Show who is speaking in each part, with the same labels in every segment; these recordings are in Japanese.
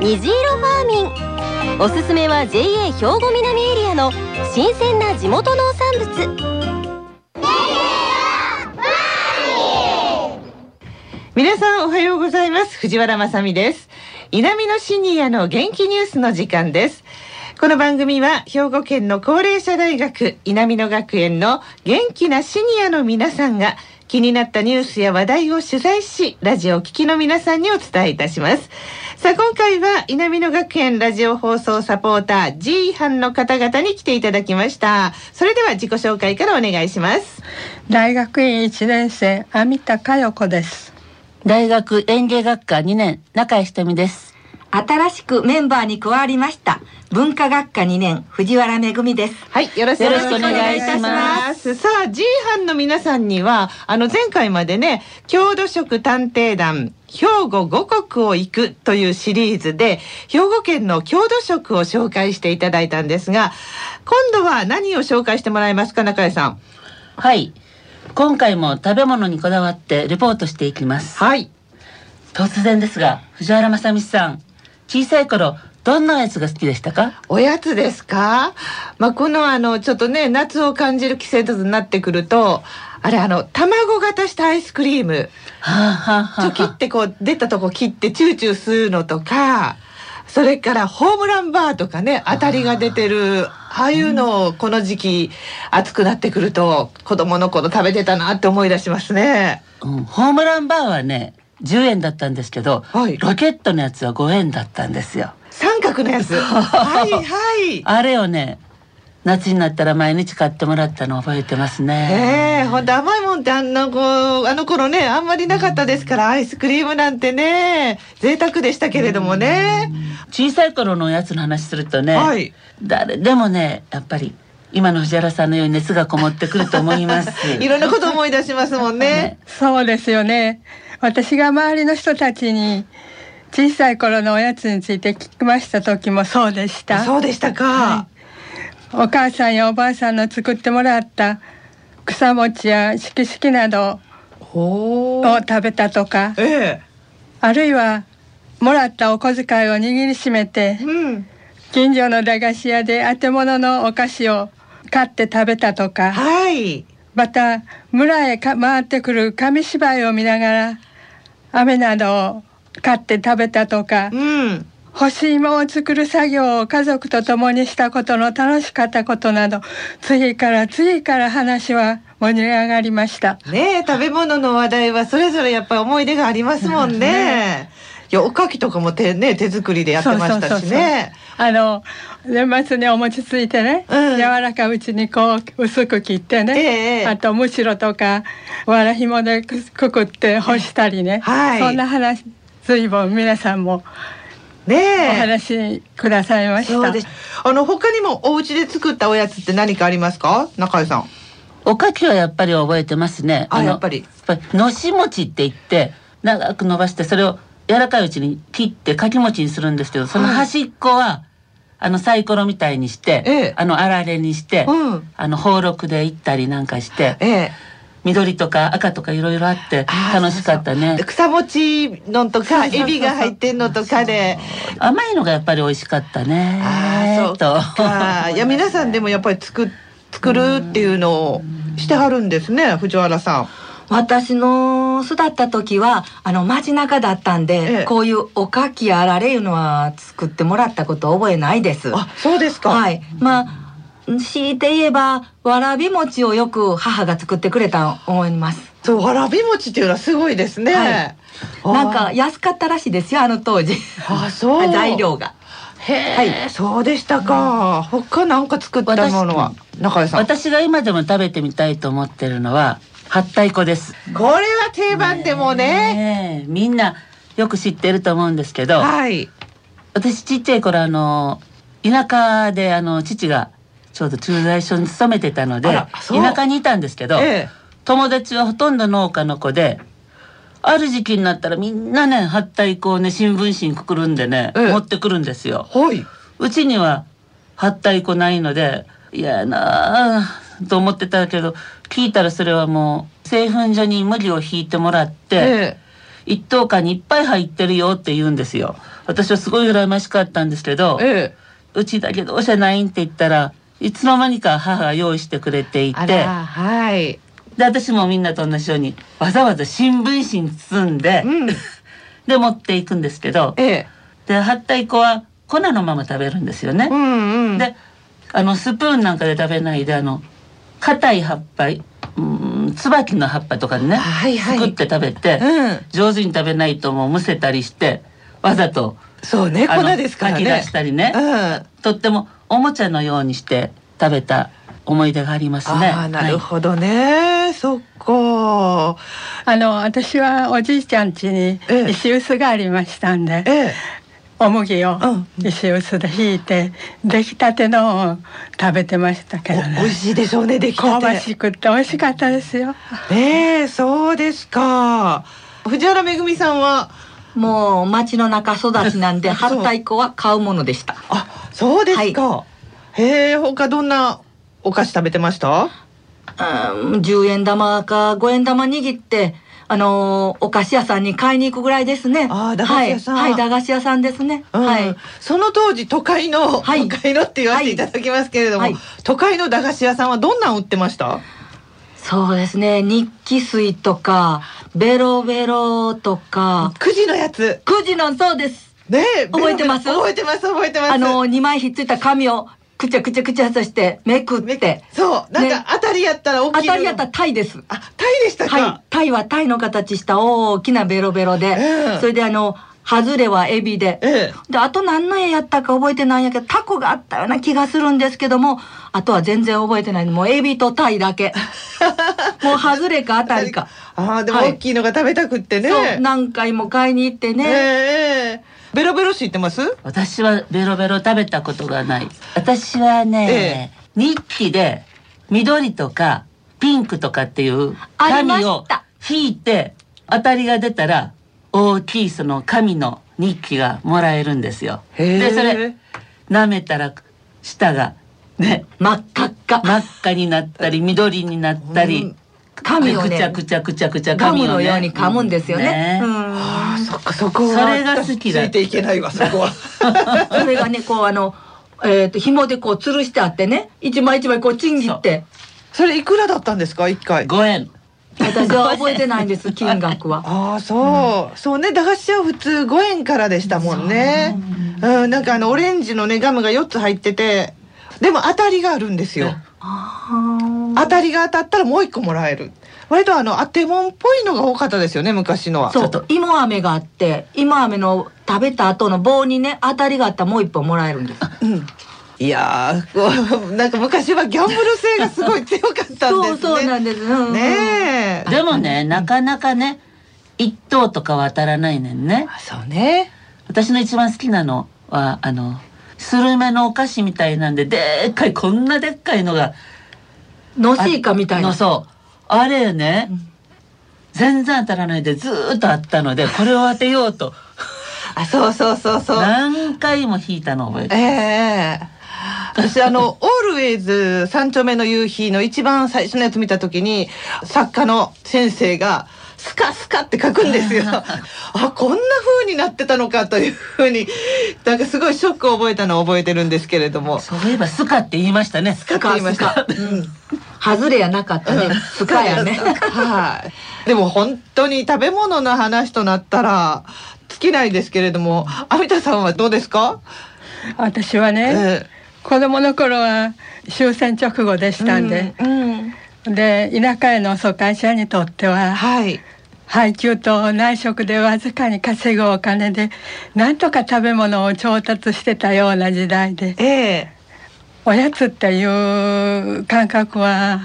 Speaker 1: にじいろファーミンおすすめは JA 兵庫南エリアの新鮮な地元農産物
Speaker 2: 皆さんおはようございます藤原まさみです南のシニアの元気ニュースの時間ですこの番組は兵庫県の高齢者大学南野学園の元気なシニアの皆さんが気になったニュースや話題を取材しラジオを聴きの皆さんにお伝えいたしますさあ今回は南野学園ラジオ放送サポーター G 班の方々に来ていただきましたそれでは自己紹介からお願いします
Speaker 3: 大学院一年生網田佳代子です
Speaker 4: 大学園芸学科2年中井ひとみです
Speaker 5: 新しくメンバーに加わりました文化学科2年藤原めぐみです
Speaker 2: はい、よろしくお願いいたし
Speaker 4: よろしくお願
Speaker 2: ます。さあ、G 班の皆さんには、あの前回までね、郷土食探偵団、兵庫五国を行くというシリーズで、兵庫県の郷土食を紹介していただいたんですが、今度は何を紹介してもらえますか、中井さん。
Speaker 4: はい今回も食べ物にこだわってレポートしていきます
Speaker 2: はい。
Speaker 4: 突然ですが藤原まさみさん小さい頃どんなおやつが好きでしたか
Speaker 2: おやつですかまあ、このあの、ちょっとね、夏を感じる季節になってくると、あれあの、卵型したアイスクリーム。
Speaker 4: はあ、はあはあ
Speaker 2: ちょ切ってこう出たとこ切ってチューチュー吸うのとかそれからホームランバーとかね当たりが出てるああいうのをこの時期暑くなってくると子供の頃食べてたなって思い出しますね。
Speaker 4: うん、ホームランバーはね10円だったんですけど、
Speaker 2: はい
Speaker 4: ロケットのやつは5円だったんですよ
Speaker 2: 三角のやつ。はい はい。
Speaker 4: あれをね夏になったら毎日買ってもらったの覚えてますね
Speaker 2: ねえ、ほんと甘いもんってあんなこう、あの頃ね、あんまりなかったですから、アイスクリームなんてね、贅沢でしたけれどもね。
Speaker 4: 小さい頃のおやつの話するとね、
Speaker 2: はい
Speaker 4: 誰でもねやっぱり今の藤原さんのように熱がこもってくると思います
Speaker 2: いろんなこと思い出しますもんね。
Speaker 3: そうですよね私が周りの人たちに小さい頃のおやつについて聞きました時もそうでし た
Speaker 2: そうでしたか。
Speaker 3: お母さんやおばあさんの作ってもらった草餅やしきしきなど
Speaker 2: ほ
Speaker 3: を
Speaker 2: ー
Speaker 3: 食べたとか
Speaker 2: え
Speaker 3: あるいはもらったお小遣いを握りしめて
Speaker 2: え。うん。
Speaker 3: 近所の駄菓子屋で当て物のお菓子を買って食べたとか
Speaker 2: はい。
Speaker 3: また村へか回ってくる紙芝居を見ながら飴などを買って食べたとか
Speaker 2: うん。
Speaker 3: 干し芋を作る作業を家族と共にしたことの楽しかったことなど次から次から話は盛り上がりました
Speaker 2: ねえ、食べ物の話題はそれぞれやっぱり思い出がありますもんね。いや、おかきとかも手ね、手作りでやってましたしね。
Speaker 3: あの年末にお餅ついてね、
Speaker 2: うん
Speaker 3: 柔らかいうちにこう薄く切って
Speaker 2: え
Speaker 3: ね、
Speaker 2: え
Speaker 3: あとむしろとかわらひもでくくくって干したりね、
Speaker 2: はい
Speaker 3: そんな話随分皆さんもお
Speaker 2: ね
Speaker 3: 話しくださいま
Speaker 2: え。
Speaker 3: した。
Speaker 2: そうです。あの、他にもお家で作ったおやつって何かありますか中井さん。
Speaker 4: おかきはやっぱり覚えてますね
Speaker 2: あ
Speaker 4: の
Speaker 2: やっぱり
Speaker 4: のし餅って言って長く伸ばしてそれを柔らかいうちに切ってかき餅にするんですけどその
Speaker 2: はい
Speaker 4: 端っこは、あのサイコロみたいにして、
Speaker 2: ええ
Speaker 4: あのあられにして、
Speaker 2: うん
Speaker 4: あの宝禄で行ったりなんかして
Speaker 2: ええ。
Speaker 4: 緑とか赤とかいろいろあって
Speaker 2: あー
Speaker 4: 楽しかった
Speaker 2: そう
Speaker 4: ね
Speaker 2: そう草餅のとか、エビが入ってんのとかで。
Speaker 4: 甘いのがやっぱり美味しかったね
Speaker 2: ああ、そう
Speaker 4: と
Speaker 2: か。いや、皆さんでもやっぱり作、作るっていうのをしてはるんですね、藤原さん。
Speaker 5: 私の育った時はあの街中だったんで、
Speaker 2: ええ
Speaker 5: こういうおかきやあられいうのは作ってもらったこと覚えないです
Speaker 2: あ、そうですか。
Speaker 5: はいまあ強いて言えばわらび餅をよく母が作ってくれたと思います
Speaker 2: そう、わらび餅っていうのはすごいですね。
Speaker 5: はい
Speaker 2: あー
Speaker 5: なんか、安かったらしいですよあの当時
Speaker 2: あ、そう。
Speaker 5: 材。料が
Speaker 2: へえ、そうでしたか。他なんか作ったものは。中 井さん。こ
Speaker 4: 私が今でも食べてみたいと思ってるのははったい粉です
Speaker 2: れは定番でもね。
Speaker 4: ねえみんなよく知ってると思うんですけど
Speaker 2: はい。
Speaker 4: 私ちっちゃい頃あの田舎であの父がちょうど駐在所に勤めてたので
Speaker 2: あらそう
Speaker 4: 田舎にいたんですけど、
Speaker 2: ええ
Speaker 4: 友達はほとんど農家の子である時期になったらみんなね貼ったイコをね新聞紙にくくるんでね、
Speaker 2: ええ
Speaker 4: 持ってくるんですよ。
Speaker 2: はい。
Speaker 4: うちには貼ったイコないので嫌やなあと思ってたけど聞いたらそれはもう製粉所に麦を引いてもらって。
Speaker 2: ええ
Speaker 4: 一等間にいっぱい入ってるよって言うんですよ。私はすごい羨ましかったんですけど、
Speaker 2: ええ
Speaker 4: うちだけどうじゃないんって言ったらいつの間にか母が用意してくれてい
Speaker 2: あ
Speaker 4: てで
Speaker 2: ら、はい。
Speaker 4: 私もみんなと同じようにわざわざ新聞紙に包んで、
Speaker 2: うん。
Speaker 4: で持っていくんですけど
Speaker 2: ええ
Speaker 4: で貼ったい粉は粉のまま食べるんですよね
Speaker 2: う。んうん。
Speaker 4: であのスプーンなんかで食べないであの硬い葉っぱうーん椿の葉っぱとかでね、
Speaker 2: はいはい
Speaker 4: 作って食べて、
Speaker 2: うん。
Speaker 4: 上手に食べないともうむせたりしてわざと
Speaker 2: そうね、
Speaker 4: あ
Speaker 2: 粉
Speaker 4: の
Speaker 2: ですから
Speaker 4: かき出
Speaker 2: ね。
Speaker 4: したりね
Speaker 2: うん。あ
Speaker 4: とってもおもちゃのようにして食べた思い出がありますね。
Speaker 2: あ、なるほどね。そっか。
Speaker 3: あの私はおじいちゃん家に
Speaker 2: ええ
Speaker 3: 石臼がありましたんで、
Speaker 2: ええ。
Speaker 3: お麦を
Speaker 2: うん
Speaker 3: 石臼でひいて出来たてのを食べてましたけど
Speaker 2: お美味
Speaker 3: ね
Speaker 2: しいでしょうね、出来た
Speaker 3: 香ば
Speaker 2: て。
Speaker 3: しくって美味しかったですよ
Speaker 2: ねえ、そうですか。藤原めぐみさんは、
Speaker 5: もう街の中育ちなんで、
Speaker 2: そう
Speaker 5: 発太鼓は買うものでした。
Speaker 2: あ、そうですか。へえ、他どんなお菓子食べてました？
Speaker 5: うん、10円玉か5円玉握って、あのーお菓子屋さんに買いに行くぐらいですね。
Speaker 2: あー駄菓子屋さん
Speaker 5: はい。はい、駄菓子屋さんですね。
Speaker 2: うん
Speaker 5: はい。
Speaker 2: その当時都会の、
Speaker 5: はい
Speaker 2: 都会のって言わせていただきますけれども、
Speaker 5: はい
Speaker 2: 都会の駄菓子屋さんはどんなん売ってました？
Speaker 5: そうですね。日記水とか、ベロベロとか、
Speaker 2: くじのやつ。
Speaker 5: くじの、そうです。
Speaker 2: ねえ、
Speaker 5: 覚えてます
Speaker 2: 覚えてます覚えてます。
Speaker 5: あのー、2枚ひっついた紙を、くちゃくちゃくちゃとして、めく
Speaker 2: め
Speaker 5: って、
Speaker 2: そう、なん
Speaker 5: ね
Speaker 2: か当たりやったら大き
Speaker 5: 当
Speaker 2: い。
Speaker 5: たりやったら。タイです。
Speaker 2: あ、タイでしたか。
Speaker 5: はい。タイはタイの形した大きなベロベロで、
Speaker 2: ええ
Speaker 5: それであの、ハズレはエビで、
Speaker 2: ええ。
Speaker 5: で、あと何の絵やったか覚えてないんやけど、タコがあったような気がするんですけども、あとは全然覚えてない。もうエビとタイだけ。もう外れか当たりか。
Speaker 2: ああ、でも
Speaker 5: はい
Speaker 2: 大きいのが食べたくってね。
Speaker 5: そう、何回も買いに行って
Speaker 2: ええ
Speaker 5: ね。
Speaker 2: ええベロベロし言ってます？
Speaker 4: 私はベロベロ食べたことがない。私はね、日記で緑とかピンクとかっていう
Speaker 5: ありま
Speaker 4: 紙を
Speaker 5: した
Speaker 4: 引いて当たりが出たら大きいその紙の日記がもらえるんですよ。
Speaker 2: へえ
Speaker 4: でそれ舐めたら舌がね
Speaker 5: 真っ赤っか。
Speaker 4: 真っ赤になったり緑になった
Speaker 2: う
Speaker 4: り
Speaker 2: ん。
Speaker 5: 紙を
Speaker 4: くちゃ
Speaker 5: ね、
Speaker 4: くちゃくちゃくちゃ
Speaker 5: ガ
Speaker 4: 紙
Speaker 5: ム
Speaker 4: をね
Speaker 5: のように噛むんですよね。
Speaker 4: うん
Speaker 5: うん
Speaker 2: ああ、そっか、そこは。
Speaker 4: それが好きだ
Speaker 2: ついていけないわ、そこは。
Speaker 5: それがね、こうあの、えっ、と、紐でこう吊るしてあってね、一枚一枚こうちぎって。
Speaker 2: それいくらだったんですか、一回。
Speaker 4: 5円
Speaker 5: 私は覚えてないんです、金額は。
Speaker 2: ああ、そう、そうね、駄菓子屋は普通5円からでしたもんね。うん、なんかあのオレンジのね、ガムが4つ入ってて。でも当たりがあるんですよ。当たりが当たったらもう一個もらえる。割とあの、当てもんっぽいのが多かったですよね、昔のは。
Speaker 5: そ
Speaker 4: ちょっ
Speaker 5: う
Speaker 4: と、
Speaker 5: 芋飴があって、芋飴の食べた後の棒にね、当たりがあったらもう一本もらえるんです。
Speaker 2: いやー、こう なんか昔はギャンブル性がすごい強かったんですね。
Speaker 5: そうそうなんです。うん
Speaker 2: ねえ。
Speaker 4: でもねなかなかね一等とかは当たらないねんね
Speaker 2: あそうね。
Speaker 4: 私の一番好きなのはあのスルメのお菓子みたいなんででっかいこんなでっかいのが
Speaker 5: のしいかみたい
Speaker 4: の
Speaker 5: な。
Speaker 4: そうあれね、全然当たらないでずーっとあったのでこれを当てようと
Speaker 2: あ、そうそうそうそう。
Speaker 4: 何回も引いたのを覚えて
Speaker 2: え
Speaker 4: る
Speaker 2: え私あの「オ ールウェイズ三丁目の夕日」の一番最初のやつ見た時に作家の先生が「スカスカ」って書くんですよ。あこんな風になってたのかという風になんかすごいショックを覚えたのを覚えてるんですけれども。
Speaker 4: そういえばスカって言いましたねス
Speaker 2: スカって言いました。うん
Speaker 5: 外れやなかったね。スカやね。
Speaker 2: はい。でも本当に食べ物の話となったら尽きないですけれども、阿美田さんはどうですか？
Speaker 3: 私はね、
Speaker 2: え
Speaker 3: 子供の頃は終戦直後でしたんで、
Speaker 2: うん、
Speaker 3: で田舎への疎開者にとっては
Speaker 2: はい。
Speaker 3: 配給と内職でわずかに稼ぐお金でなんとか食べ物を調達してたような時代で
Speaker 2: え え
Speaker 3: おやつっていう感覚は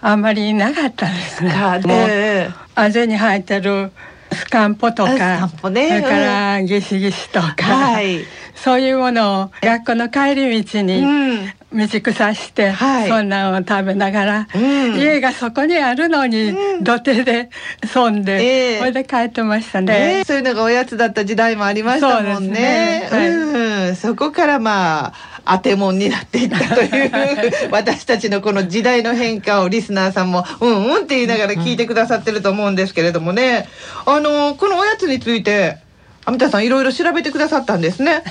Speaker 3: あんまりなかったですね。
Speaker 2: か
Speaker 3: もう
Speaker 2: ね。
Speaker 3: あぜに入ってるスカンポと
Speaker 2: あス
Speaker 3: か
Speaker 2: カンポね
Speaker 3: それからギシギシとか、
Speaker 2: はい
Speaker 3: そういうものを学校の帰り道
Speaker 5: う
Speaker 3: に
Speaker 5: ん。
Speaker 3: 道草して、
Speaker 2: はい
Speaker 3: そんなんを食べながら、
Speaker 2: うん
Speaker 3: 家がそこにあるのに、土手で損ん
Speaker 2: え
Speaker 3: で、
Speaker 2: え
Speaker 3: それで帰ってました
Speaker 2: ね
Speaker 3: ね。
Speaker 2: そういうのがおやつだった時代もありましたもんね。
Speaker 3: そうです
Speaker 2: うん、そこからまあ当てもんになっていったという 私たちのこの時代の変化をリスナーさんもうんうんって言いながら聞いてくださってると思うんですけれどもね。あのこのおやつについて。アミタさんいろいろ調べてくださったんですね。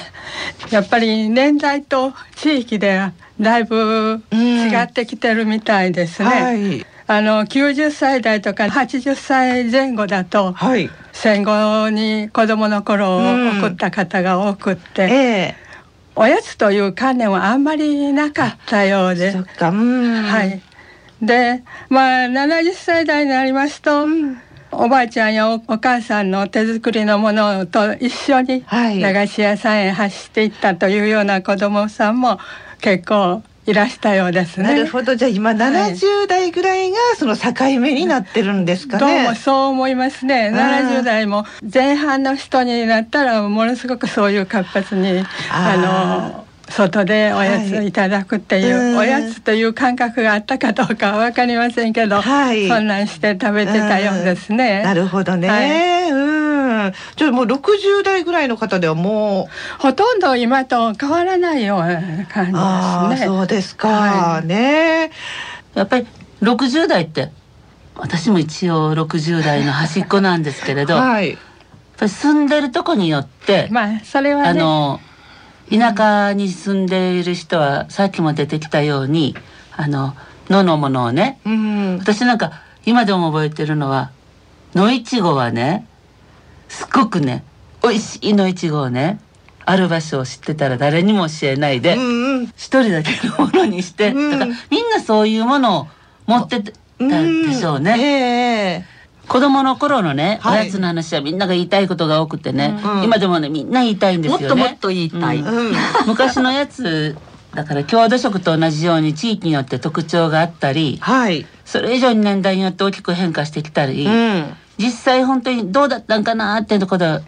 Speaker 3: やっぱり年代と地域でだいぶ違ってきてるみたいですね。
Speaker 2: はい。
Speaker 3: あの90歳代とか80歳前後だと
Speaker 2: はい。
Speaker 3: 戦後に子供の頃を送った方が多くって、
Speaker 2: え
Speaker 3: おやつという観念はあんまりなかったよう
Speaker 2: え
Speaker 3: で
Speaker 2: そっ、か。うん。
Speaker 3: はい。で、まあ70歳代になりますと、おばあちゃんやおお母さんの手作りのものと一緒に
Speaker 2: はい
Speaker 3: 駄菓子屋さんへ走っていったというような子供さんも結構いらしたようですね。
Speaker 2: なるほど。じゃあ今
Speaker 3: はい
Speaker 2: 70代ぐらいがその境目になってるんですかね。
Speaker 3: どうもそう思いますね。
Speaker 2: ん
Speaker 3: 70代も前半の人になったらものすごくそういう活発に
Speaker 2: あー
Speaker 3: あの外でおやついただくっていう、
Speaker 2: はいうん
Speaker 3: おやつという感覚があったかどうかはわかりませんけど、
Speaker 2: はい
Speaker 3: そんなんして食べてたようですね。
Speaker 2: うんなるほどね。
Speaker 3: はい
Speaker 2: うん。じゃあもう60代ぐらいの方ではもう、
Speaker 3: ほとんど今と変わらないような
Speaker 2: あ
Speaker 3: 感
Speaker 2: あ
Speaker 3: じです
Speaker 2: そ
Speaker 3: ね。
Speaker 2: うですか、
Speaker 3: はい
Speaker 2: ね。
Speaker 4: やっぱり60代って私も一応60代の端っこなんですけれど、やっ
Speaker 2: はい。
Speaker 4: ぱり住んでるとこによって、
Speaker 3: まあそれ
Speaker 4: あ
Speaker 3: はね。
Speaker 4: の田舎に住んでいる人はさっきも出てきたようにあの野のものをね
Speaker 2: うん。
Speaker 4: 私なんか今でも覚えてるのは野いちごはねすっごくね美味しい野いちごをねある場所を知ってたら誰にも教えないで、
Speaker 2: うんうん。
Speaker 4: 一人だけのものにして、
Speaker 2: うん
Speaker 4: とかみんなそういうものを持ってた
Speaker 2: うん
Speaker 4: でしょうね。
Speaker 2: ええ
Speaker 4: 子供の頃のね、
Speaker 2: はい
Speaker 4: おやつの話はみんなが言いたいことが多くてね、
Speaker 2: うん
Speaker 4: 今でもねみんな言いたいんです
Speaker 5: も
Speaker 4: よ
Speaker 5: っ
Speaker 4: ね。
Speaker 5: ともっと言いたい。
Speaker 4: うん
Speaker 2: うん。
Speaker 4: 昔のやつだから郷土食と同じように地域によって特徴があったり
Speaker 2: はい。
Speaker 4: それ以上に年代によって大きく変化してきたり、
Speaker 2: うん。
Speaker 4: 実際本当にどうだったんかなっていうところで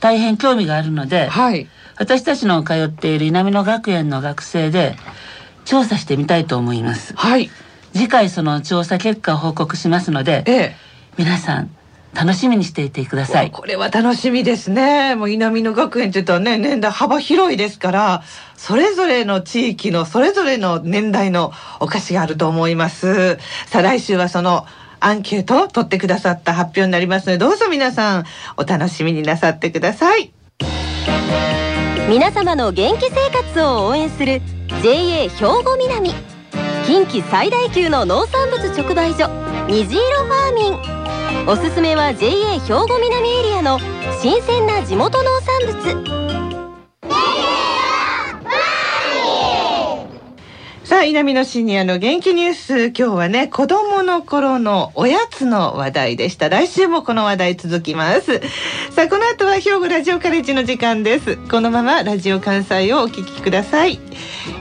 Speaker 4: 大変興味があるので、
Speaker 2: はい。
Speaker 4: 私たちの通っている稲美野学園の学生で調査してみたいと思います
Speaker 2: はい。
Speaker 4: 次回その調査結果を報告しますの
Speaker 2: え
Speaker 4: で
Speaker 2: え
Speaker 4: 皆さん楽しみにしていてください
Speaker 2: これは楽しみですね。もう稲美の学園って言ったらね、年代幅広いですから、それぞれの地域の、それぞれの年代のお菓子があると思います。さあ来週はそのアンケートを取ってくださった発表になりますので、どうぞ皆さんお楽しみになさってください。
Speaker 1: 皆様の元気生活を応援する JA 兵庫南近畿最大級の農産物直売所にじいろファーミンおすすめは JA 兵庫南エリアの新鮮な地元農産物
Speaker 2: さあ、稲美のシニアの元気ニュース、今日はね、子供の頃のおやつの話題でした。来週もこの話題続きます。さあ、この後は兵庫ラジオカレッジの時間です。このままラジオ関西をお聞きください。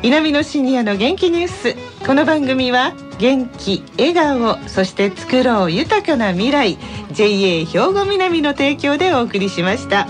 Speaker 2: 稲美のシニアの元気ニュース。この番組は、元気、笑顔、そして作ろう豊かな未来、JA 兵庫南の提供でお送りしました。